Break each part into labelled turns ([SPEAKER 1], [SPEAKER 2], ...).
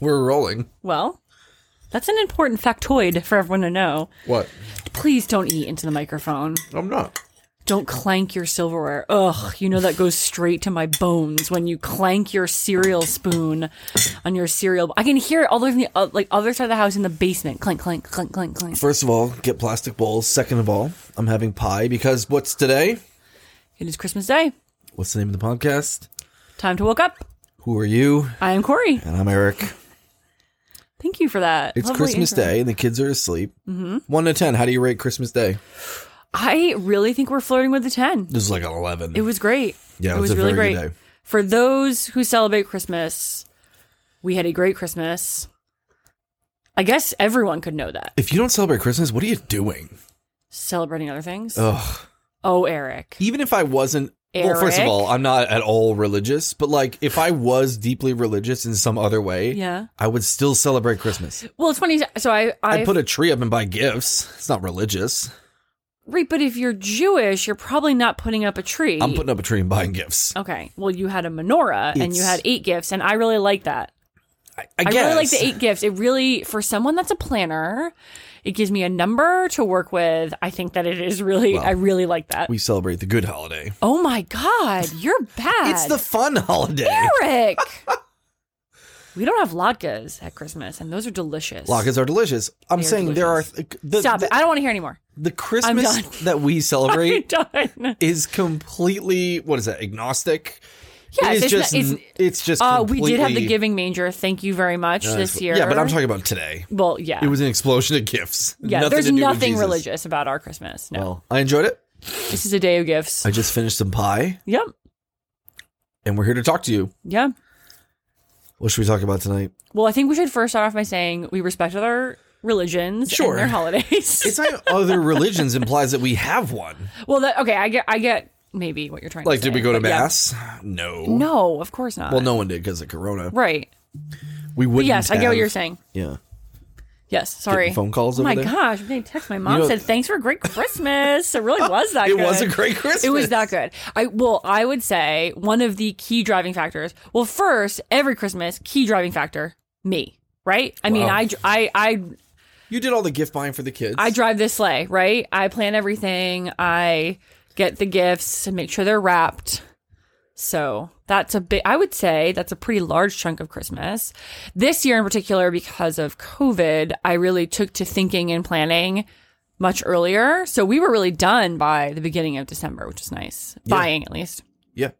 [SPEAKER 1] We're rolling.
[SPEAKER 2] Well, that's an important factoid for everyone to know.
[SPEAKER 1] What?
[SPEAKER 2] Please don't eat into the microphone.
[SPEAKER 1] I'm not.
[SPEAKER 2] Don't clank your silverware. Ugh, you know that goes straight to my bones when you clank your cereal spoon on your cereal. I can hear it all the way from the uh, like other side of the house in the basement. Clank, clank, clank, clank, clank.
[SPEAKER 1] First of all, get plastic bowls. Second of all, I'm having pie because what's today?
[SPEAKER 2] It is Christmas Day.
[SPEAKER 1] What's the name of the podcast?
[SPEAKER 2] Time to wake up.
[SPEAKER 1] Who are you?
[SPEAKER 2] I am Corey.
[SPEAKER 1] And I'm Eric.
[SPEAKER 2] Thank you for that.
[SPEAKER 1] It's
[SPEAKER 2] Lovely
[SPEAKER 1] Christmas
[SPEAKER 2] intro.
[SPEAKER 1] Day and the kids are asleep. Mm-hmm. One to ten. How do you rate Christmas Day?
[SPEAKER 2] I really think we're flirting with the ten.
[SPEAKER 1] This is like an eleven.
[SPEAKER 2] It was great.
[SPEAKER 1] Yeah, it
[SPEAKER 2] it
[SPEAKER 1] was
[SPEAKER 2] was,
[SPEAKER 1] a
[SPEAKER 2] really
[SPEAKER 1] very
[SPEAKER 2] great.
[SPEAKER 1] good day.
[SPEAKER 2] For those who celebrate Christmas, we had a great Christmas. I guess everyone could know that.
[SPEAKER 1] if you don't celebrate Christmas, what are you doing?
[SPEAKER 2] Celebrating other things.
[SPEAKER 1] Ugh.
[SPEAKER 2] Oh, Eric.
[SPEAKER 1] Even if I wasn't. Well, first of
[SPEAKER 2] Eric?
[SPEAKER 1] all, I'm not at all religious, but like if I was deeply religious in some other way,
[SPEAKER 2] Yeah.
[SPEAKER 1] I would still celebrate Christmas.
[SPEAKER 2] Well, it's funny. So I, I,
[SPEAKER 1] I'd put a tree up and buy gifts. It's not religious.
[SPEAKER 2] right, but if you're Jewish, you're probably not putting up a tree.
[SPEAKER 1] I'm putting up a tree and buying gifts.
[SPEAKER 2] Okay. Well, you had a menorah and you
[SPEAKER 1] It's-
[SPEAKER 2] had eight gifts, and I really like that.
[SPEAKER 1] I,
[SPEAKER 2] I
[SPEAKER 1] guess.
[SPEAKER 2] really like the eight gifts. It really, for someone that's a planner, it gives me a number to work with. I think that it is really, I really like that.
[SPEAKER 1] We celebrate the good holiday.
[SPEAKER 2] oh my God, you're bad.
[SPEAKER 1] It's the fun holiday.
[SPEAKER 2] Eric. we don't have latkes at Christmas, and those are delicious.
[SPEAKER 1] Latkes are delicious. I'm
[SPEAKER 2] They are
[SPEAKER 1] saying there are th- the,
[SPEAKER 2] Stop
[SPEAKER 1] the,
[SPEAKER 2] it. I don't want to hear anymore.
[SPEAKER 1] the Christmas
[SPEAKER 2] I'm done.
[SPEAKER 1] that we celebrate
[SPEAKER 2] done.
[SPEAKER 1] is completely what is that agnostic?
[SPEAKER 2] Yes,
[SPEAKER 1] it is
[SPEAKER 2] it's
[SPEAKER 1] just
[SPEAKER 2] not- it's-
[SPEAKER 1] n- it's just
[SPEAKER 2] Uh, we did have the
[SPEAKER 1] completely-
[SPEAKER 2] Giving Manger. Thank you very much this year.
[SPEAKER 1] Yeah, but I'm talking about today.
[SPEAKER 2] Well, yeah.
[SPEAKER 1] It was an explosion of gifts.
[SPEAKER 2] yeah,
[SPEAKER 1] Nothing
[SPEAKER 2] there's
[SPEAKER 1] to do with
[SPEAKER 2] nothing
[SPEAKER 1] Jesus.
[SPEAKER 2] religious about our Christmas. No.
[SPEAKER 1] Well, I enjoyed it.
[SPEAKER 2] this is a day of gifts.
[SPEAKER 1] I just finished some pie,
[SPEAKER 2] yep.
[SPEAKER 1] and we're here to talk to you.
[SPEAKER 2] Yeah.
[SPEAKER 1] What should we talk about tonight?
[SPEAKER 2] Well, I think we should first start off by saying we respect other religions
[SPEAKER 1] Sure.
[SPEAKER 2] and their holidays.
[SPEAKER 1] It's like other religions implies that we have one.
[SPEAKER 2] well, that, okay, I get I get maybe what you're trying
[SPEAKER 1] Like,
[SPEAKER 2] to say.
[SPEAKER 1] did we go to
[SPEAKER 2] but yeah.
[SPEAKER 1] mass? No.
[SPEAKER 2] No, of course not.
[SPEAKER 1] Well, no one did because of Corona.
[SPEAKER 2] Right.
[SPEAKER 1] We wouldn't.
[SPEAKER 2] Yes, I get what
[SPEAKER 1] have-
[SPEAKER 2] you're saying.
[SPEAKER 1] Yeah.
[SPEAKER 2] Yes, sorry.
[SPEAKER 1] phone calls
[SPEAKER 2] Oh
[SPEAKER 1] over
[SPEAKER 2] my
[SPEAKER 1] there?
[SPEAKER 2] gosh, I'm getting text. My mom
[SPEAKER 1] know-
[SPEAKER 2] said, "Thanks for a great Christmas." it really was that.
[SPEAKER 1] It
[SPEAKER 2] good.
[SPEAKER 1] was a great Christmas.
[SPEAKER 2] It was that good. I well, I would say one of the key driving factors. Well, first, every Christmas, key driving factor, me. Right? I mean,
[SPEAKER 1] Wow.
[SPEAKER 2] I, dr- I, I,
[SPEAKER 1] You did all the gift buying for the kids.
[SPEAKER 2] I drive this sleigh. Right? I plan everything. I get the gifts and make sure they're wrapped. So that's a big. I would say that's a pretty large chunk of Christmas. This year in particular, because of COVID, I really took to thinking and planning much earlier. So we were really done by the beginning of December, which is nice. Buying at least.
[SPEAKER 1] yeah.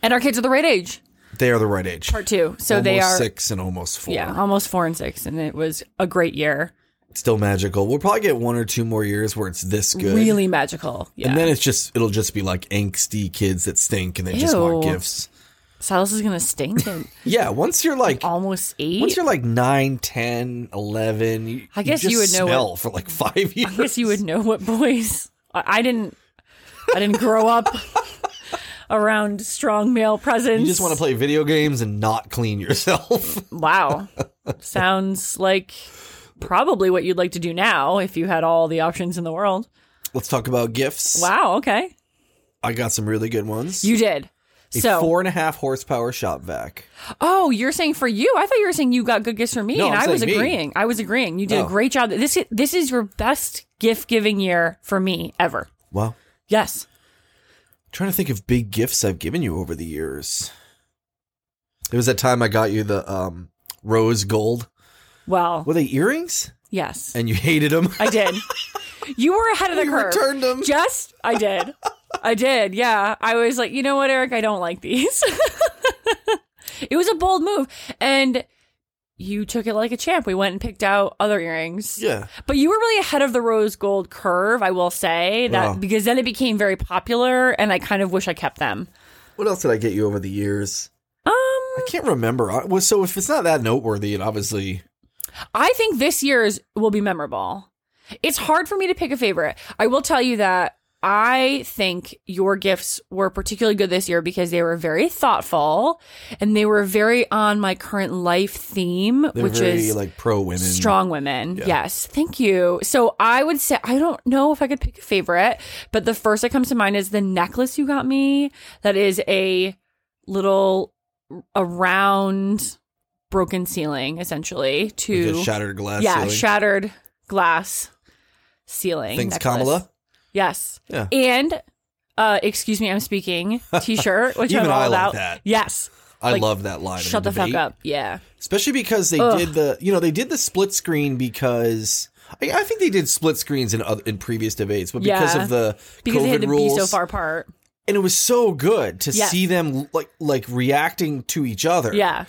[SPEAKER 2] And our kids are the right age,
[SPEAKER 1] They are the right age.
[SPEAKER 2] part two. So
[SPEAKER 1] almost
[SPEAKER 2] they are,
[SPEAKER 1] six and almost four.
[SPEAKER 2] yeah, almost four and six. And it was a great year.
[SPEAKER 1] Still magical. We'll probably get one or two more years where it's this good.
[SPEAKER 2] Really magical. Yeah.
[SPEAKER 1] And then it's just it'll just be like angsty kids that stink and they just want
[SPEAKER 2] Ew.
[SPEAKER 1] gifts.
[SPEAKER 2] Silas is going to stink and
[SPEAKER 1] Yeah, once you're like
[SPEAKER 2] almost eight.
[SPEAKER 1] once you're like 9, 10, 11, you,
[SPEAKER 2] I guess
[SPEAKER 1] just
[SPEAKER 2] you would know
[SPEAKER 1] smell
[SPEAKER 2] what-
[SPEAKER 1] for like 5 years.
[SPEAKER 2] I guess you would know what boys. I, I didn't. I didn't grow up around strong male presence.
[SPEAKER 1] You just want to play video games and not clean yourself.
[SPEAKER 2] Wow, sounds like probably what you'd like to do now if you had all the options in the world.
[SPEAKER 1] Let's talk about gifts.
[SPEAKER 2] Wow. Okay,
[SPEAKER 1] I got some really good ones.
[SPEAKER 2] you did.
[SPEAKER 1] a
[SPEAKER 2] so,
[SPEAKER 1] four and a half horsepower shop vac.
[SPEAKER 2] oh, you're saying for you? I thought you were saying you got good gifts for me,
[SPEAKER 1] No,
[SPEAKER 2] and
[SPEAKER 1] I'm
[SPEAKER 2] I was
[SPEAKER 1] saying me.
[SPEAKER 2] agreeing. I was agreeing. You did
[SPEAKER 1] Oh.
[SPEAKER 2] a great job. This this is your best gift giving year for me ever.
[SPEAKER 1] Wow.
[SPEAKER 2] Yes.
[SPEAKER 1] trying to think of big gifts I've given you over the years. It was that time I got you the um, rose gold.
[SPEAKER 2] Well,
[SPEAKER 1] Were they earrings?
[SPEAKER 2] yes.
[SPEAKER 1] And you hated them.
[SPEAKER 2] I did. You were ahead of the
[SPEAKER 1] You
[SPEAKER 2] curve.
[SPEAKER 1] returned 'em.
[SPEAKER 2] Just I did. I did. Yeah. I was like, you know what, Eric, I don't like these. it was a bold move, and you took it like a champ. We went and picked out other earrings.
[SPEAKER 1] Yeah.
[SPEAKER 2] But you were really ahead of the rose gold curve, I will say that
[SPEAKER 1] Wow.
[SPEAKER 2] because then it became very popular, and I kind of wish I kept them.
[SPEAKER 1] What else did I get you over the years?
[SPEAKER 2] Um,
[SPEAKER 1] I can't remember. I- well, so if it's not that noteworthy, it obviously
[SPEAKER 2] I think this year's will be memorable. It's hard for me to pick a favorite. I will tell you that I think your gifts were particularly good this year because they were very thoughtful and they were very on my current life theme,
[SPEAKER 1] they're
[SPEAKER 2] which
[SPEAKER 1] very
[SPEAKER 2] is
[SPEAKER 1] like pro women.
[SPEAKER 2] strong women. Yes. Thank you. So I would say, I don't know if I could pick a favorite, but the first that comes to mind is the necklace you got me that is a little, a round broken ceiling essentially
[SPEAKER 1] Like
[SPEAKER 2] to
[SPEAKER 1] a shattered glass.
[SPEAKER 2] yeah
[SPEAKER 1] ceiling.
[SPEAKER 2] shattered glass ceiling.
[SPEAKER 1] Thanks,
[SPEAKER 2] necklace.
[SPEAKER 1] Kamala.
[SPEAKER 2] Yes.
[SPEAKER 1] Yeah.
[SPEAKER 2] And uh, excuse me, I'm speaking T-shirt, which
[SPEAKER 1] Even
[SPEAKER 2] I'm all
[SPEAKER 1] I like
[SPEAKER 2] about.
[SPEAKER 1] that.
[SPEAKER 2] Yes.
[SPEAKER 1] I
[SPEAKER 2] Like,
[SPEAKER 1] love that line. in
[SPEAKER 2] Shut the fuck
[SPEAKER 1] debate.
[SPEAKER 2] up. Yeah.
[SPEAKER 1] Especially because they
[SPEAKER 2] Ugh.
[SPEAKER 1] did the, you know, they did the split screen because I, I think they did split screens in other, in previous debates, but because
[SPEAKER 2] Yeah.
[SPEAKER 1] of the
[SPEAKER 2] Because
[SPEAKER 1] COVID
[SPEAKER 2] they had to
[SPEAKER 1] rules,
[SPEAKER 2] be so far apart.
[SPEAKER 1] and it was so good to
[SPEAKER 2] Yes.
[SPEAKER 1] see them like like reacting to each other.
[SPEAKER 2] Yeah.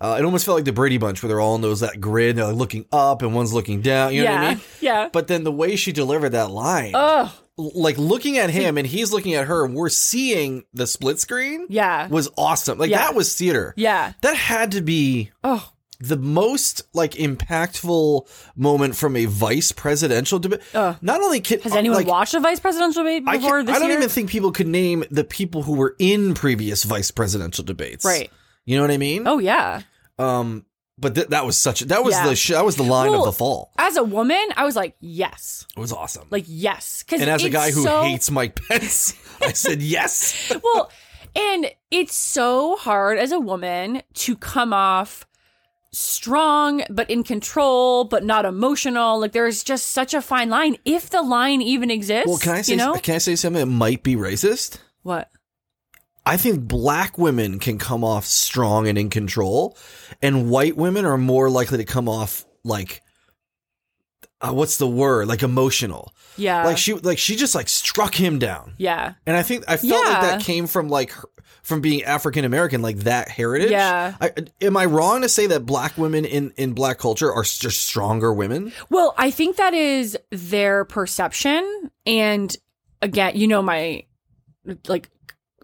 [SPEAKER 1] uh, it almost felt like the Brady Bunch where they're all in those that grid, and they're like looking up and one's looking down. You know
[SPEAKER 2] yeah.
[SPEAKER 1] what I mean?
[SPEAKER 2] Yeah.
[SPEAKER 1] But then the way she delivered that line,
[SPEAKER 2] Ugh.
[SPEAKER 1] l- like looking at him and he's looking at her, and we're seeing the split screen,
[SPEAKER 2] Yeah.
[SPEAKER 1] was awesome. Like
[SPEAKER 2] Yeah.
[SPEAKER 1] that was theater.
[SPEAKER 2] Yeah.
[SPEAKER 1] That had to be
[SPEAKER 2] Oh.
[SPEAKER 1] the most like impactful moment from a vice presidential debate.
[SPEAKER 2] Ugh.
[SPEAKER 1] Not only can
[SPEAKER 2] Uh. Has anyone
[SPEAKER 1] Uh, like,
[SPEAKER 2] watched a vice presidential debate
[SPEAKER 1] I,
[SPEAKER 2] before
[SPEAKER 1] can't-
[SPEAKER 2] this
[SPEAKER 1] I don't
[SPEAKER 2] year?
[SPEAKER 1] even think people could name the people who were in previous vice presidential debates.
[SPEAKER 2] Right.
[SPEAKER 1] You know what I mean?
[SPEAKER 2] Oh yeah.
[SPEAKER 1] Um, but th- that was such that was
[SPEAKER 2] Yeah.
[SPEAKER 1] the sh- that was the line
[SPEAKER 2] Well,
[SPEAKER 1] of the fall.
[SPEAKER 2] As a woman, I was like, yes,
[SPEAKER 1] It was awesome.
[SPEAKER 2] like yes, because
[SPEAKER 1] and as a guy who
[SPEAKER 2] so,
[SPEAKER 1] hates Mike Pence, I said yes.
[SPEAKER 2] well, and it's so hard as a woman to come off strong but in control but not emotional like there's just such a fine line if the line even exists
[SPEAKER 1] Well, can I say
[SPEAKER 2] you know
[SPEAKER 1] can I say something that might be racist?
[SPEAKER 2] what
[SPEAKER 1] I think black women can come off strong and in control, and white women are more likely to come off like uh, what's the word? Like emotional.
[SPEAKER 2] yeah
[SPEAKER 1] like she like she just like struck him down.
[SPEAKER 2] yeah
[SPEAKER 1] And I think I felt like
[SPEAKER 2] Yeah.
[SPEAKER 1] that came from like her, from being African American, like that heritage.
[SPEAKER 2] Yeah.
[SPEAKER 1] I, am I wrong to say that black women in in black culture are s- just stronger women?
[SPEAKER 2] Well, I think that is their perception. And again, you know, my like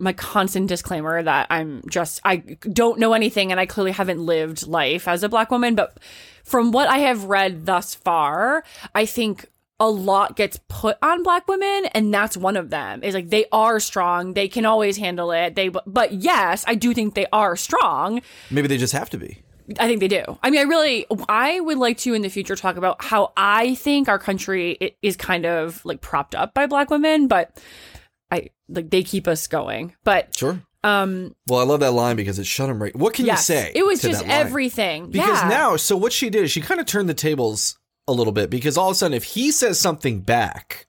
[SPEAKER 2] my constant disclaimer that I'm just I don't know anything and I clearly haven't lived life as a black woman, but from what I have read thus far, I think a lot gets put on black women and that's one of them. Is like they are strong, they can always handle it. They but yes, I do think they are strong.
[SPEAKER 1] Maybe they just have to be.
[SPEAKER 2] I think they do. I mean, I really, I would like to in the future talk about how I think our country i- is kind of like propped up by black women, but I like they keep us going. But
[SPEAKER 1] Sure.
[SPEAKER 2] um,
[SPEAKER 1] Well, I love that line because it shut him right. What can
[SPEAKER 2] yes,
[SPEAKER 1] you say?
[SPEAKER 2] it was
[SPEAKER 1] to
[SPEAKER 2] just
[SPEAKER 1] that line?
[SPEAKER 2] everything.
[SPEAKER 1] Because
[SPEAKER 2] yeah.
[SPEAKER 1] now, so what she did is she kind of turned the tables a little bit because all of a sudden, if he says something back,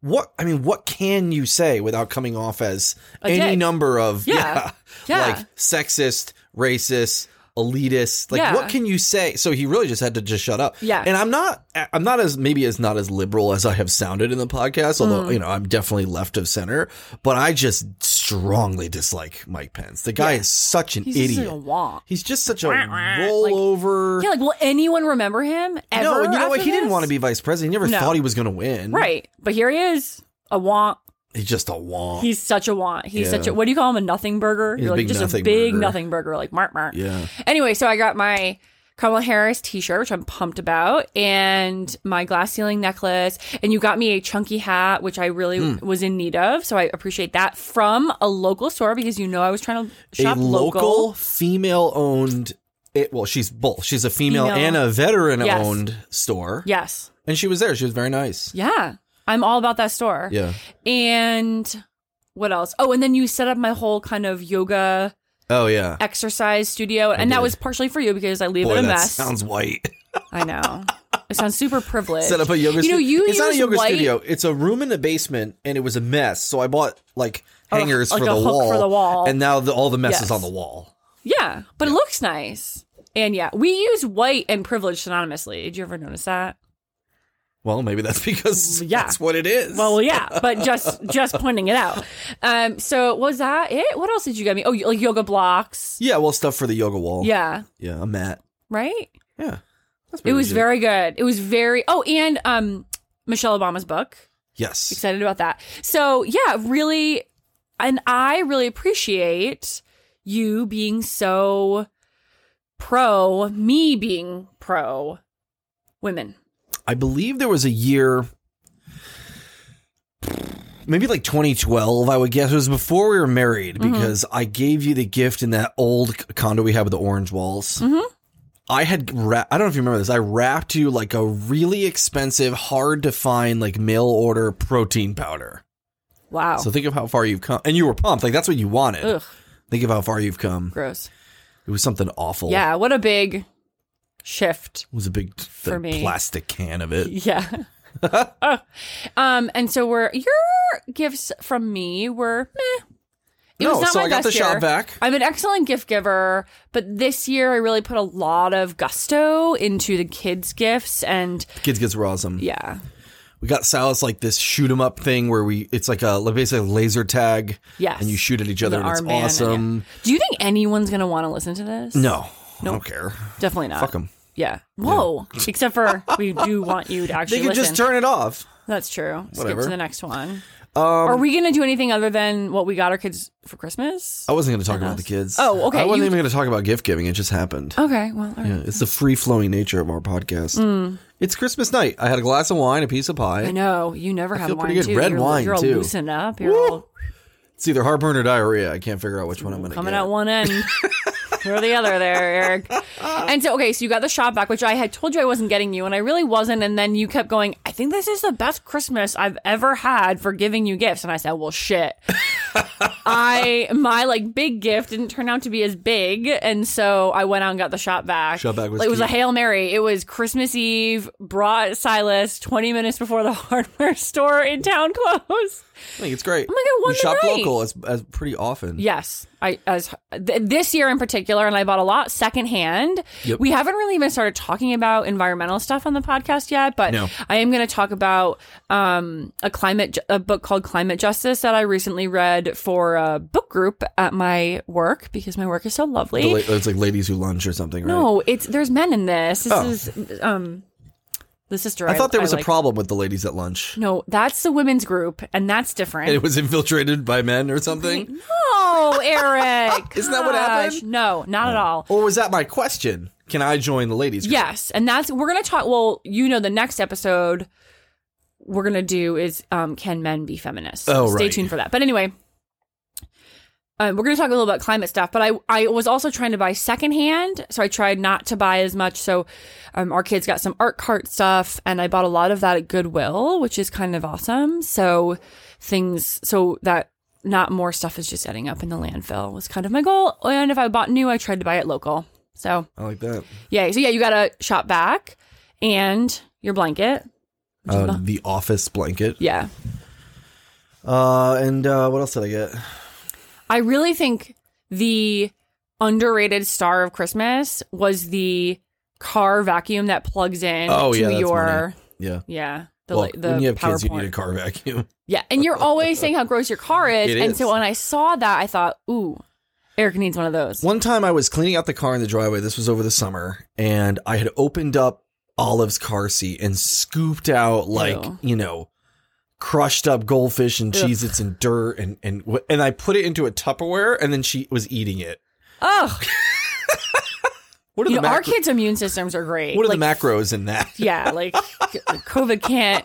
[SPEAKER 1] what I mean, what can you say without coming off as
[SPEAKER 2] A
[SPEAKER 1] any
[SPEAKER 2] dick.
[SPEAKER 1] number of
[SPEAKER 2] Yeah. Yeah.
[SPEAKER 1] like sexist, racist, elitist? Like,
[SPEAKER 2] Yeah.
[SPEAKER 1] what can you say? So he really just had to just shut up.
[SPEAKER 2] Yeah.
[SPEAKER 1] and I'm not, I'm not as maybe as not as liberal as I have sounded in the podcast, although
[SPEAKER 2] Mm.
[SPEAKER 1] you know I'm definitely left of center, but I just strongly dislike Mike Pence. The guy
[SPEAKER 2] Yeah.
[SPEAKER 1] is such an
[SPEAKER 2] he's
[SPEAKER 1] idiot.
[SPEAKER 2] just like a womp.
[SPEAKER 1] He's just such a
[SPEAKER 2] Wah, wah.
[SPEAKER 1] rollover.
[SPEAKER 2] Yeah, like will anyone remember him ever?
[SPEAKER 1] no, and you know what?
[SPEAKER 2] after
[SPEAKER 1] He didn't
[SPEAKER 2] this?
[SPEAKER 1] want to be vice president. He never
[SPEAKER 2] No.
[SPEAKER 1] thought he was going to win.
[SPEAKER 2] right, but here he is, a want.
[SPEAKER 1] He's just a wonk.
[SPEAKER 2] He's such a want. He's
[SPEAKER 1] Yeah.
[SPEAKER 2] such a what do you call him? A nothing burger?
[SPEAKER 1] He's a
[SPEAKER 2] You're like
[SPEAKER 1] big
[SPEAKER 2] just a
[SPEAKER 1] nothing
[SPEAKER 2] big
[SPEAKER 1] burger.
[SPEAKER 2] nothing burger, like mark mark.
[SPEAKER 1] yeah.
[SPEAKER 2] Anyway, so I got my Kamala Harris t-shirt, which I'm pumped about, and my glass ceiling necklace, and you got me a chunky hat, which I really
[SPEAKER 1] Hmm.
[SPEAKER 2] was in need of, so I appreciate that from a local store because you know I was trying to shop
[SPEAKER 1] a local, female owned. It, well, she's both. She's a female,
[SPEAKER 2] Female.
[SPEAKER 1] and a veteran
[SPEAKER 2] Yes.
[SPEAKER 1] owned store.
[SPEAKER 2] Yes.
[SPEAKER 1] And she was there. She was very nice.
[SPEAKER 2] Yeah. I'm all about that store.
[SPEAKER 1] Yeah.
[SPEAKER 2] And what else? Oh, and then you set up my whole kind of yoga
[SPEAKER 1] Oh, yeah.
[SPEAKER 2] exercise studio, and that was partially for you because I leave
[SPEAKER 1] Boy,
[SPEAKER 2] it a
[SPEAKER 1] that
[SPEAKER 2] mess.
[SPEAKER 1] sounds white.
[SPEAKER 2] I know. It sounds super privileged.
[SPEAKER 1] Set up a yoga
[SPEAKER 2] You know,
[SPEAKER 1] stu-
[SPEAKER 2] you
[SPEAKER 1] It's not a
[SPEAKER 2] use
[SPEAKER 1] yoga
[SPEAKER 2] white-
[SPEAKER 1] studio. It's a room in a basement, and it was a mess. So I bought like hangers
[SPEAKER 2] Oh, like
[SPEAKER 1] for,
[SPEAKER 2] a
[SPEAKER 1] the
[SPEAKER 2] hook
[SPEAKER 1] wall,
[SPEAKER 2] for the wall.
[SPEAKER 1] And now the, all the mess
[SPEAKER 2] Yes.
[SPEAKER 1] is on the wall.
[SPEAKER 2] Yeah, but it looks nice. And yeah, we use white and privilege synonymously. Did you ever notice that?
[SPEAKER 1] Well, maybe that's because
[SPEAKER 2] Mm, Yeah.
[SPEAKER 1] that's what it is.
[SPEAKER 2] Well, yeah, but just just pointing it out. Um, so was that it? What else did you get me? Oh, you- like yoga blocks.
[SPEAKER 1] yeah, well, stuff for the yoga wall.
[SPEAKER 2] Yeah,
[SPEAKER 1] yeah, a mat.
[SPEAKER 2] right.
[SPEAKER 1] Yeah, that's
[SPEAKER 2] It was
[SPEAKER 1] legit.
[SPEAKER 2] very good. It was very. Oh, and um, Michelle Obama's book.
[SPEAKER 1] yes.
[SPEAKER 2] Excited about that. So yeah, really, and I really appreciate you being so pro. Me being pro women.
[SPEAKER 1] I believe there was a year, maybe like 2012. I would guess it was before we were married
[SPEAKER 2] Mm-hmm.
[SPEAKER 1] because I gave you the gift in that old c- condo we had with the orange walls.
[SPEAKER 2] Mhm.
[SPEAKER 1] I had ra- I don't know if you remember this. I wrapped you like a really expensive, hard to find like mail order protein powder.
[SPEAKER 2] Wow.
[SPEAKER 1] So think of how far you've come, and you were pumped. Like that's what you wanted.
[SPEAKER 2] Ugh.
[SPEAKER 1] Think of how far you've come.
[SPEAKER 2] Gross.
[SPEAKER 1] It was something awful.
[SPEAKER 2] Yeah, what a big shift.
[SPEAKER 1] It was a big
[SPEAKER 2] For
[SPEAKER 1] the
[SPEAKER 2] me.
[SPEAKER 1] plastic can of it.
[SPEAKER 2] Yeah. Oh. Um, and so we're your gifts from me were meh. It
[SPEAKER 1] no,
[SPEAKER 2] was not
[SPEAKER 1] so
[SPEAKER 2] my
[SPEAKER 1] I got the
[SPEAKER 2] best year.
[SPEAKER 1] shop vac.
[SPEAKER 2] I'm an excellent gift giver, but this year I really put a lot of gusto into the kids' gifts and
[SPEAKER 1] Kids Kids were awesome.
[SPEAKER 2] yeah.
[SPEAKER 1] We got Sal's like this shoot 'em up thing where we it's like a basically a laser tag.
[SPEAKER 2] Yes.
[SPEAKER 1] And you shoot at each other
[SPEAKER 2] The
[SPEAKER 1] and it's
[SPEAKER 2] armband and-
[SPEAKER 1] awesome.
[SPEAKER 2] Do you think anyone's gonna want to listen to this?
[SPEAKER 1] No. I don't care.
[SPEAKER 2] Definitely not.
[SPEAKER 1] Fuck 'em.
[SPEAKER 2] Yeah. Whoa. Except for we do want you to
[SPEAKER 1] They
[SPEAKER 2] actually
[SPEAKER 1] can
[SPEAKER 2] listen.
[SPEAKER 1] just turn it off.
[SPEAKER 2] That's true.
[SPEAKER 1] Whatever. Um,
[SPEAKER 2] Skip to the next one. Are we gonna do anything other than what we got our kids for Christmas?
[SPEAKER 1] I wasn't going to talk about the kids.
[SPEAKER 2] Oh, okay,
[SPEAKER 1] I wasn't
[SPEAKER 2] you- Oh.
[SPEAKER 1] even going to talk about gift giving. It just happened.
[SPEAKER 2] Okay. Well. all right.
[SPEAKER 1] Oh. Yeah, it's the free flowing nature of our podcast. It's Christmas night. I had a glass of wine, a piece of
[SPEAKER 2] Mm. I
[SPEAKER 1] pie.
[SPEAKER 2] know you never have
[SPEAKER 1] feel
[SPEAKER 2] wine
[SPEAKER 1] pretty good.
[SPEAKER 2] too.
[SPEAKER 1] Red
[SPEAKER 2] you're,
[SPEAKER 1] wine,
[SPEAKER 2] you're all
[SPEAKER 1] too.
[SPEAKER 2] loosened up. You're
[SPEAKER 1] Woo!
[SPEAKER 2] all
[SPEAKER 1] It's either heartburn or diarrhea. I can't figure out which one I'm going to
[SPEAKER 2] coming
[SPEAKER 1] get.
[SPEAKER 2] out one end or the other there, Eric. And so, okay, so you got the shop back, which I had told you I wasn't getting you, and I really wasn't. And then you kept going, I think this is the best Christmas I've ever had for giving you gifts. And I said, well, shit. I, my like big gift didn't turn out to be as big. And so I went out and got the shop back.
[SPEAKER 1] Shop vac was
[SPEAKER 2] Like, it was a
[SPEAKER 1] cute.
[SPEAKER 2] Hail Mary. It was Christmas Eve, brought Silas 20 minutes before the hardware store in town closed.
[SPEAKER 1] I think it's great. Oh
[SPEAKER 2] my God, one
[SPEAKER 1] we shop
[SPEAKER 2] night.
[SPEAKER 1] local as, as pretty often.
[SPEAKER 2] Yes, I as th- this year in particular, and I bought a lot secondhand.
[SPEAKER 1] Yep.
[SPEAKER 2] We haven't really even started talking about environmental stuff on the podcast yet, but
[SPEAKER 1] No.
[SPEAKER 2] I am going to talk about um, a climate ju- a book called Climate Justice that I recently read for a book group at my work because my work is so lovely.
[SPEAKER 1] The la- it's like ladies who lunch or something, right?
[SPEAKER 2] No, it's there's men in this. This is um the sister.
[SPEAKER 1] Oh. I thought there was
[SPEAKER 2] a
[SPEAKER 1] a problem with the ladies at lunch.
[SPEAKER 2] No, that's the women's group, and that's different.
[SPEAKER 1] And it was infiltrated by men or something.
[SPEAKER 2] no, Eric.
[SPEAKER 1] Isn't that what happened?
[SPEAKER 2] Gosh, No, not at all.
[SPEAKER 1] Or was that my question? Can I join the ladies? group?
[SPEAKER 2] Yes, and that's we're gonna talk. Well, you know, the next episode we're gonna do is um, can men be feminists?
[SPEAKER 1] Oh,
[SPEAKER 2] stay
[SPEAKER 1] right.
[SPEAKER 2] tuned for that. But anyway, uh, we're gonna talk a little about climate stuff. But I I was also trying to buy secondhand, so I tried not to buy as much. So um, our kids got some art cart stuff, and I bought a lot of that at Goodwill, which is kind of awesome. So things so that. Not more stuff is just ending up in the landfill was kind of my goal. And if I bought new, I tried to buy it local. So
[SPEAKER 1] I like that.
[SPEAKER 2] yeah. So yeah, you got a shop back and your blanket.
[SPEAKER 1] Uh, the office blanket.
[SPEAKER 2] Yeah.
[SPEAKER 1] Uh, and uh, what else did I get?
[SPEAKER 2] I really think the underrated star of Christmas was the car vacuum that plugs in
[SPEAKER 1] Oh,
[SPEAKER 2] to
[SPEAKER 1] yeah, that's
[SPEAKER 2] your
[SPEAKER 1] money. Yeah.
[SPEAKER 2] yeah. The,
[SPEAKER 1] well,
[SPEAKER 2] like the
[SPEAKER 1] when you have
[SPEAKER 2] PowerPoint.
[SPEAKER 1] kids, you need a car vacuum.
[SPEAKER 2] yeah, and you're always saying how gross your car is,
[SPEAKER 1] It
[SPEAKER 2] and
[SPEAKER 1] is.
[SPEAKER 2] so when I saw that, I thought, "Ooh, Eric needs one of those."
[SPEAKER 1] One time I was cleaning out the car in the driveway. This was over the summer, and I had opened up Olive's car seat and scooped out like
[SPEAKER 2] Ew.
[SPEAKER 1] you know, crushed up goldfish and
[SPEAKER 2] Ugh.
[SPEAKER 1] Cheez-Its and dirt and and wh- and I put it into a Tupperware, and then she was eating it.
[SPEAKER 2] Oh,
[SPEAKER 1] What are
[SPEAKER 2] you
[SPEAKER 1] the
[SPEAKER 2] know, our
[SPEAKER 1] macro-
[SPEAKER 2] kids' immune systems are great.
[SPEAKER 1] What are
[SPEAKER 2] like,
[SPEAKER 1] the macros in that?
[SPEAKER 2] yeah, like COVID can't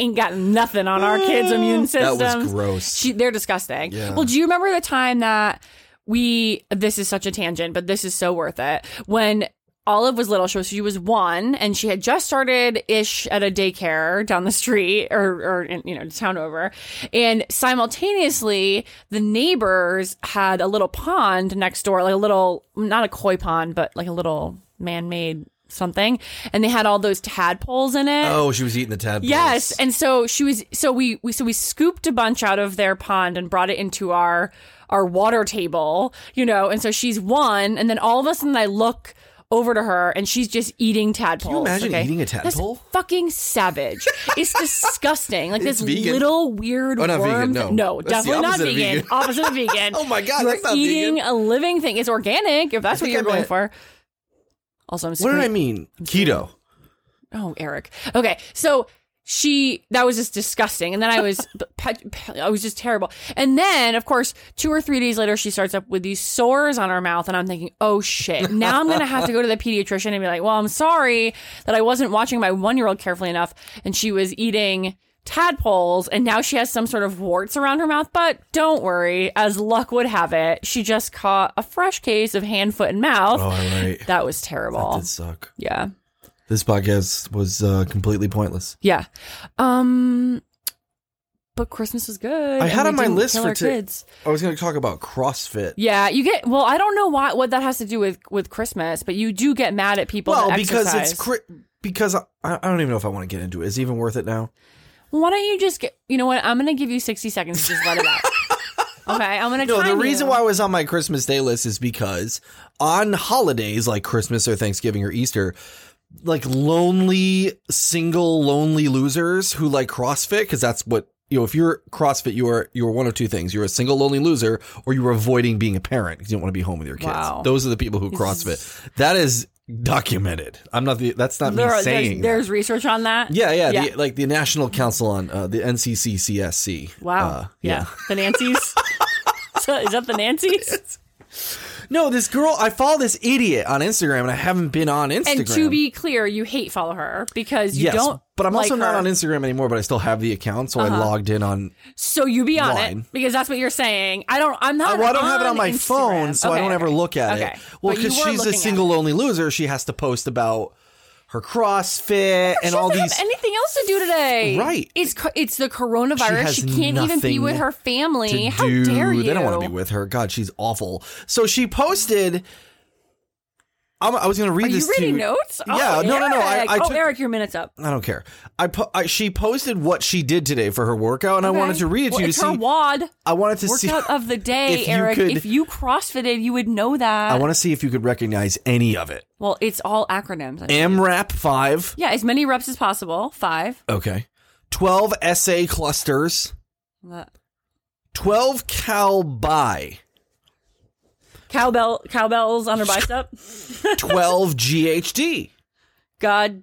[SPEAKER 2] ain't got nothing on our kids' immune systems.
[SPEAKER 1] That was gross.
[SPEAKER 2] She, they're disgusting.
[SPEAKER 1] Yeah.
[SPEAKER 2] Well, do you remember the time that we? This is such a tangent, but this is so worth it. When Olive was little, she was, she was one, and she had just started ish at a daycare down the street or or in, you know town over, and simultaneously the neighbors had a little pond next door, like a little not a koi pond, but like a little man made something, and they had all those tadpoles in it.
[SPEAKER 1] oh, she was eating the tadpoles.
[SPEAKER 2] Yes, and so she was. So we, we so we scooped a bunch out of their pond and brought it into our our water table, you know. And so she's one, and then all of a sudden I look over to her and she's just eating tadpoles.
[SPEAKER 1] Can you imagine
[SPEAKER 2] okay?
[SPEAKER 1] eating a
[SPEAKER 2] That's
[SPEAKER 1] tadpole?
[SPEAKER 2] fucking savage. it's disgusting. Like
[SPEAKER 1] It's
[SPEAKER 2] this
[SPEAKER 1] vegan.
[SPEAKER 2] little weird
[SPEAKER 1] Oh, not vegan,
[SPEAKER 2] worm. that-
[SPEAKER 1] no. That's the
[SPEAKER 2] definitely not
[SPEAKER 1] opposite of
[SPEAKER 2] vegan.
[SPEAKER 1] vegan.
[SPEAKER 2] Opposite of vegan.
[SPEAKER 1] Oh my God,
[SPEAKER 2] You're
[SPEAKER 1] that's not
[SPEAKER 2] eating
[SPEAKER 1] vegan.
[SPEAKER 2] a living thing. It's organic. If that's what
[SPEAKER 1] think
[SPEAKER 2] you're
[SPEAKER 1] I
[SPEAKER 2] going
[SPEAKER 1] meant-
[SPEAKER 2] for. Also, I'm
[SPEAKER 1] What did I
[SPEAKER 2] screen-
[SPEAKER 1] mean? Keto.
[SPEAKER 2] Oh, Eric. Okay, so she that was just disgusting, and then I was pet- pet- I was just terrible. And then, of course, two or three days later, she starts up with these sores on her mouth, and I'm thinking, oh shit, now I'm gonna have to go to the pediatrician and be like, well, I'm sorry that I wasn't watching my one year old carefully enough, and she was eating. Tadpoles, and now she has some sort of warts around her mouth. But don't worry, as luck would have it, she just caught a fresh case of hand, foot, and mouth.
[SPEAKER 1] Oh, all right.
[SPEAKER 2] that was terrible.
[SPEAKER 1] That did suck.
[SPEAKER 2] yeah.
[SPEAKER 1] This podcast was uh, completely pointless.
[SPEAKER 2] Yeah. Um but Christmas was good.
[SPEAKER 1] I
[SPEAKER 2] and
[SPEAKER 1] had
[SPEAKER 2] we
[SPEAKER 1] on my
[SPEAKER 2] didn't
[SPEAKER 1] list
[SPEAKER 2] kill
[SPEAKER 1] for
[SPEAKER 2] our
[SPEAKER 1] to-
[SPEAKER 2] kids.
[SPEAKER 1] I was going to talk about CrossFit.
[SPEAKER 2] Yeah, you get well. I don't know why what that has to do with with Christmas, but you do get mad at people.
[SPEAKER 1] well,
[SPEAKER 2] that
[SPEAKER 1] because it's
[SPEAKER 2] exercise.
[SPEAKER 1] cri- because I, I don't even know if I want to get into it. Is it even worth it now?
[SPEAKER 2] Why don't you just get? You know what? I'm gonna give you 60 seconds to just let it out. okay, I'm gonna.
[SPEAKER 1] No, the
[SPEAKER 2] time
[SPEAKER 1] reason
[SPEAKER 2] you.
[SPEAKER 1] why I was on my Christmas Day list is because on holidays like Christmas or Thanksgiving or Easter, like lonely, single, lonely losers who like CrossFit, because that's what you know. If you're CrossFit, you are you are one of two things: you're a single, lonely loser, or you're avoiding being a parent because you don't want to be home with your kids.
[SPEAKER 2] Wow.
[SPEAKER 1] Those are the people who CrossFit. That is documented. I'm not the. That's not
[SPEAKER 2] There
[SPEAKER 1] me
[SPEAKER 2] are-
[SPEAKER 1] saying.
[SPEAKER 2] there's,
[SPEAKER 1] that.
[SPEAKER 2] there's research on that.
[SPEAKER 1] Yeah, yeah,
[SPEAKER 2] Yeah.
[SPEAKER 1] The, like the National Council on uh, the NCCCSC.
[SPEAKER 2] Wow.
[SPEAKER 1] Uh,
[SPEAKER 2] yeah. The Nancy's. So, is that the Nancy's?
[SPEAKER 1] No, this girl, I follow this idiot on Instagram, and I haven't been on Instagram.
[SPEAKER 2] And to be clear, you hate follow her because you
[SPEAKER 1] yes,
[SPEAKER 2] don't.
[SPEAKER 1] but I'm
[SPEAKER 2] like
[SPEAKER 1] also not
[SPEAKER 2] her.
[SPEAKER 1] on Instagram anymore. But I still have the account, so I logged in on.
[SPEAKER 2] So you be on
[SPEAKER 1] Line. Uh,
[SPEAKER 2] it because that's what you're saying. I don't. I'm not.
[SPEAKER 1] Well, I don't have it on my
[SPEAKER 2] Instagram.
[SPEAKER 1] phone, so I
[SPEAKER 2] Okay,
[SPEAKER 1] don't ever
[SPEAKER 2] okay.
[SPEAKER 1] look at
[SPEAKER 2] Okay.
[SPEAKER 1] it. Well,
[SPEAKER 2] But you
[SPEAKER 1] because
[SPEAKER 2] were
[SPEAKER 1] she's a
[SPEAKER 2] looking at
[SPEAKER 1] single lonely loser, she has to post about her CrossFit
[SPEAKER 2] She
[SPEAKER 1] and all
[SPEAKER 2] doesn't
[SPEAKER 1] these.
[SPEAKER 2] have anything else to do today.
[SPEAKER 1] Right.
[SPEAKER 2] It's co- it's the coronavirus.
[SPEAKER 1] has
[SPEAKER 2] She, can't even be
[SPEAKER 1] nothing
[SPEAKER 2] with her family.
[SPEAKER 1] to
[SPEAKER 2] How
[SPEAKER 1] do.
[SPEAKER 2] dare you?
[SPEAKER 1] They don't want to be with her. God, she's awful. So she posted. I'm, I was going to read
[SPEAKER 2] Are
[SPEAKER 1] this
[SPEAKER 2] you reading
[SPEAKER 1] to
[SPEAKER 2] notes?
[SPEAKER 1] Yeah,
[SPEAKER 2] oh,
[SPEAKER 1] no, no, no, I-
[SPEAKER 2] Eric.
[SPEAKER 1] I
[SPEAKER 2] oh,
[SPEAKER 1] took-
[SPEAKER 2] Eric, your minutes up.
[SPEAKER 1] I don't care. I, po- I she posted what she did today for her workout, and I wanted
[SPEAKER 2] Okay.
[SPEAKER 1] to read it to
[SPEAKER 2] Well,
[SPEAKER 1] you to
[SPEAKER 2] It's her
[SPEAKER 1] see.
[SPEAKER 2] wad
[SPEAKER 1] I wanted to see.
[SPEAKER 2] workout of the day,
[SPEAKER 1] if you
[SPEAKER 2] Eric.
[SPEAKER 1] could-
[SPEAKER 2] if you CrossFitted, you would know that.
[SPEAKER 1] I want to see if you could recognize any of it.
[SPEAKER 2] well, it's all acronyms.
[SPEAKER 1] MRAP five.
[SPEAKER 2] yeah, as many reps as possible. Five.
[SPEAKER 1] Okay. Twelve SA clusters. Twelve cal by.
[SPEAKER 2] Cowbell, cowbells on her bicep.
[SPEAKER 1] Twelve GHD.
[SPEAKER 2] God,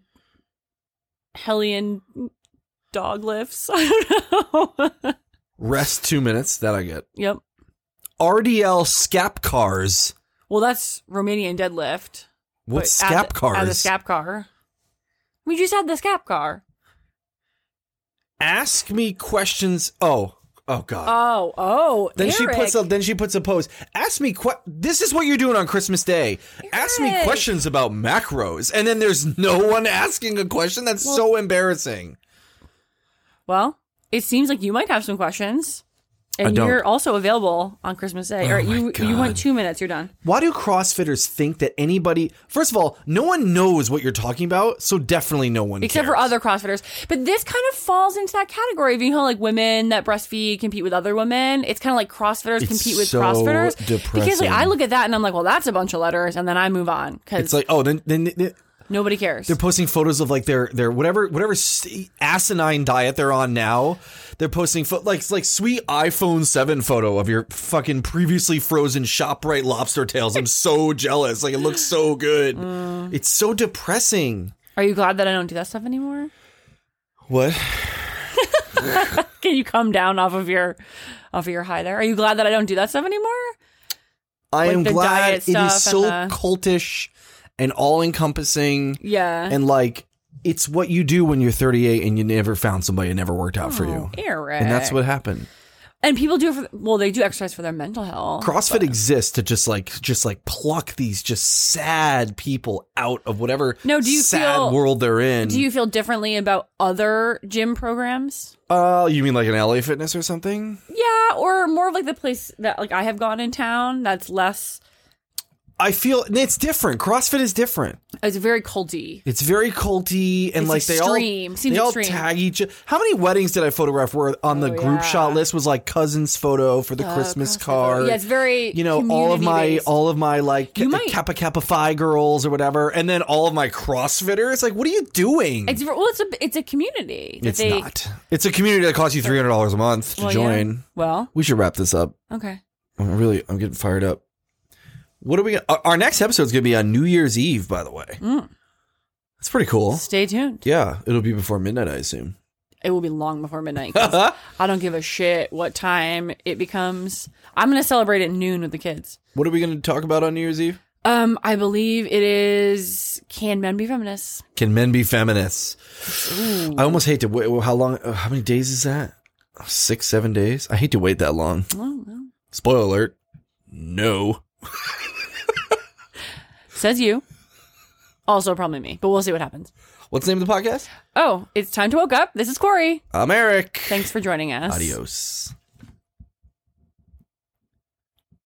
[SPEAKER 2] Hellion dog lifts. I don't know.
[SPEAKER 1] Rest two minutes. That I get.
[SPEAKER 2] yep.
[SPEAKER 1] RDL scap cars.
[SPEAKER 2] Well, that's Romanian deadlift.
[SPEAKER 1] What's
[SPEAKER 2] but
[SPEAKER 1] scap
[SPEAKER 2] as,
[SPEAKER 1] cars?
[SPEAKER 2] As a scap car. We just had the scap car.
[SPEAKER 1] Ask me questions. Oh. Oh God.
[SPEAKER 2] Oh, oh.
[SPEAKER 1] Then she
[SPEAKER 2] Eric.
[SPEAKER 1] puts a then she puts a post. Ask me que- this is what you're doing on Christmas Day. Ask me
[SPEAKER 2] Eric.
[SPEAKER 1] questions about macros, and then there's no one asking a question. That's so embarrassing.
[SPEAKER 2] Well, it seems like you might have some questions. And
[SPEAKER 1] I don't. Oh
[SPEAKER 2] you're also available on Christmas Day. All right,
[SPEAKER 1] my
[SPEAKER 2] you you
[SPEAKER 1] God.
[SPEAKER 2] went two minutes. You're done.
[SPEAKER 1] Why do CrossFitters think that anybody? First of all, no one knows what you're talking about, so definitely no one.
[SPEAKER 2] Except for
[SPEAKER 1] cares.
[SPEAKER 2] other CrossFitters. But this kind of falls into that category of, you know, like women that breastfeed compete with other women. It's kind of like CrossFitters compete with
[SPEAKER 1] so
[SPEAKER 2] CrossFitters. Because
[SPEAKER 1] depressing.
[SPEAKER 2] like I look at that and I'm like, well, that's a bunch of letters. And then I move on
[SPEAKER 1] It's
[SPEAKER 2] because
[SPEAKER 1] like oh, then then then
[SPEAKER 2] nobody cares.
[SPEAKER 1] they're posting photos of like their their whatever whatever st- asinine diet they're on now. They're posting fo- like like sweet iPhone seven photo of your fucking previously frozen Shoprite lobster tails. I'm so jealous. Like it looks so good.
[SPEAKER 2] Mm.
[SPEAKER 1] It's so depressing.
[SPEAKER 2] Are you glad that I don't do that stuff anymore?
[SPEAKER 1] What?
[SPEAKER 2] Can you come down off of your off of your high there? Are you glad that I don't do that stuff anymore?
[SPEAKER 1] I
[SPEAKER 2] Like
[SPEAKER 1] am
[SPEAKER 2] the
[SPEAKER 1] glad
[SPEAKER 2] diet
[SPEAKER 1] it
[SPEAKER 2] stuff
[SPEAKER 1] is
[SPEAKER 2] and
[SPEAKER 1] so
[SPEAKER 2] the-
[SPEAKER 1] cultish and all encompassing.
[SPEAKER 2] Yeah.
[SPEAKER 1] and like it's what you do when you're 38 and you never found somebody that never worked out for
[SPEAKER 2] Oh,
[SPEAKER 1] you.
[SPEAKER 2] Eric.
[SPEAKER 1] And that's what happened.
[SPEAKER 2] And people do it for well, they do exercise for their mental health.
[SPEAKER 1] CrossFit exists to just like just like pluck these just sad people out of whatever
[SPEAKER 2] No, do you
[SPEAKER 1] sad
[SPEAKER 2] feel-
[SPEAKER 1] world they're in.
[SPEAKER 2] do you feel differently about other gym programs?
[SPEAKER 1] uh you mean like an LA fitness or something?
[SPEAKER 2] Yeah, or more of like the place that like I have gone in town that's less
[SPEAKER 1] I feel it's different. CrossFit is different.
[SPEAKER 2] it's very culty.
[SPEAKER 1] It's very culty and
[SPEAKER 2] It's
[SPEAKER 1] like they
[SPEAKER 2] extreme.
[SPEAKER 1] all
[SPEAKER 2] Seems
[SPEAKER 1] they all
[SPEAKER 2] extreme.
[SPEAKER 1] tag each. How many weddings did I photograph where on the
[SPEAKER 2] Oh,
[SPEAKER 1] group
[SPEAKER 2] yeah.
[SPEAKER 1] shot list was like cousins photo for the Christmas card?
[SPEAKER 2] Yeah, it's very
[SPEAKER 1] you know all of my
[SPEAKER 2] community-based.
[SPEAKER 1] all of my like
[SPEAKER 2] You
[SPEAKER 1] ca-
[SPEAKER 2] might-
[SPEAKER 1] kappa kappa phi girls or whatever and then all of my crossfitters like what are you doing
[SPEAKER 2] it's well it's a it's a community. that
[SPEAKER 1] it's
[SPEAKER 2] they-
[SPEAKER 1] not it's a community that costs you $300 a month to
[SPEAKER 2] well, yeah.
[SPEAKER 1] join
[SPEAKER 2] Well,
[SPEAKER 1] we should wrap this up
[SPEAKER 2] okay.
[SPEAKER 1] i'm really i'm getting fired up what are we gonna, our- our next episode is going to be on new year's eve by the way
[SPEAKER 2] Mm.
[SPEAKER 1] that's pretty cool
[SPEAKER 2] Stay tuned.
[SPEAKER 1] yeah it'll be before midnight i assume
[SPEAKER 2] It will be long before midnight. 'cause I don't give a shit what time it becomes. I'm gonna celebrate at noon with the kids.
[SPEAKER 1] what are we going to talk about on new year's eve
[SPEAKER 2] Um, I believe it is can men be feminists?
[SPEAKER 1] can men be feminists
[SPEAKER 2] Ooh.
[SPEAKER 1] i almost hate to wait how long uh, how many days is that six seven days i hate to wait that long
[SPEAKER 2] Oh, well.
[SPEAKER 1] Spoiler alert. No.
[SPEAKER 2] Says you. Also, probably me, but we'll see what happens.
[SPEAKER 1] What's the name of the podcast?
[SPEAKER 2] Oh, it's time to woke up. This is Corey.
[SPEAKER 1] I'm Eric.
[SPEAKER 2] Thanks for joining us.
[SPEAKER 1] Adios.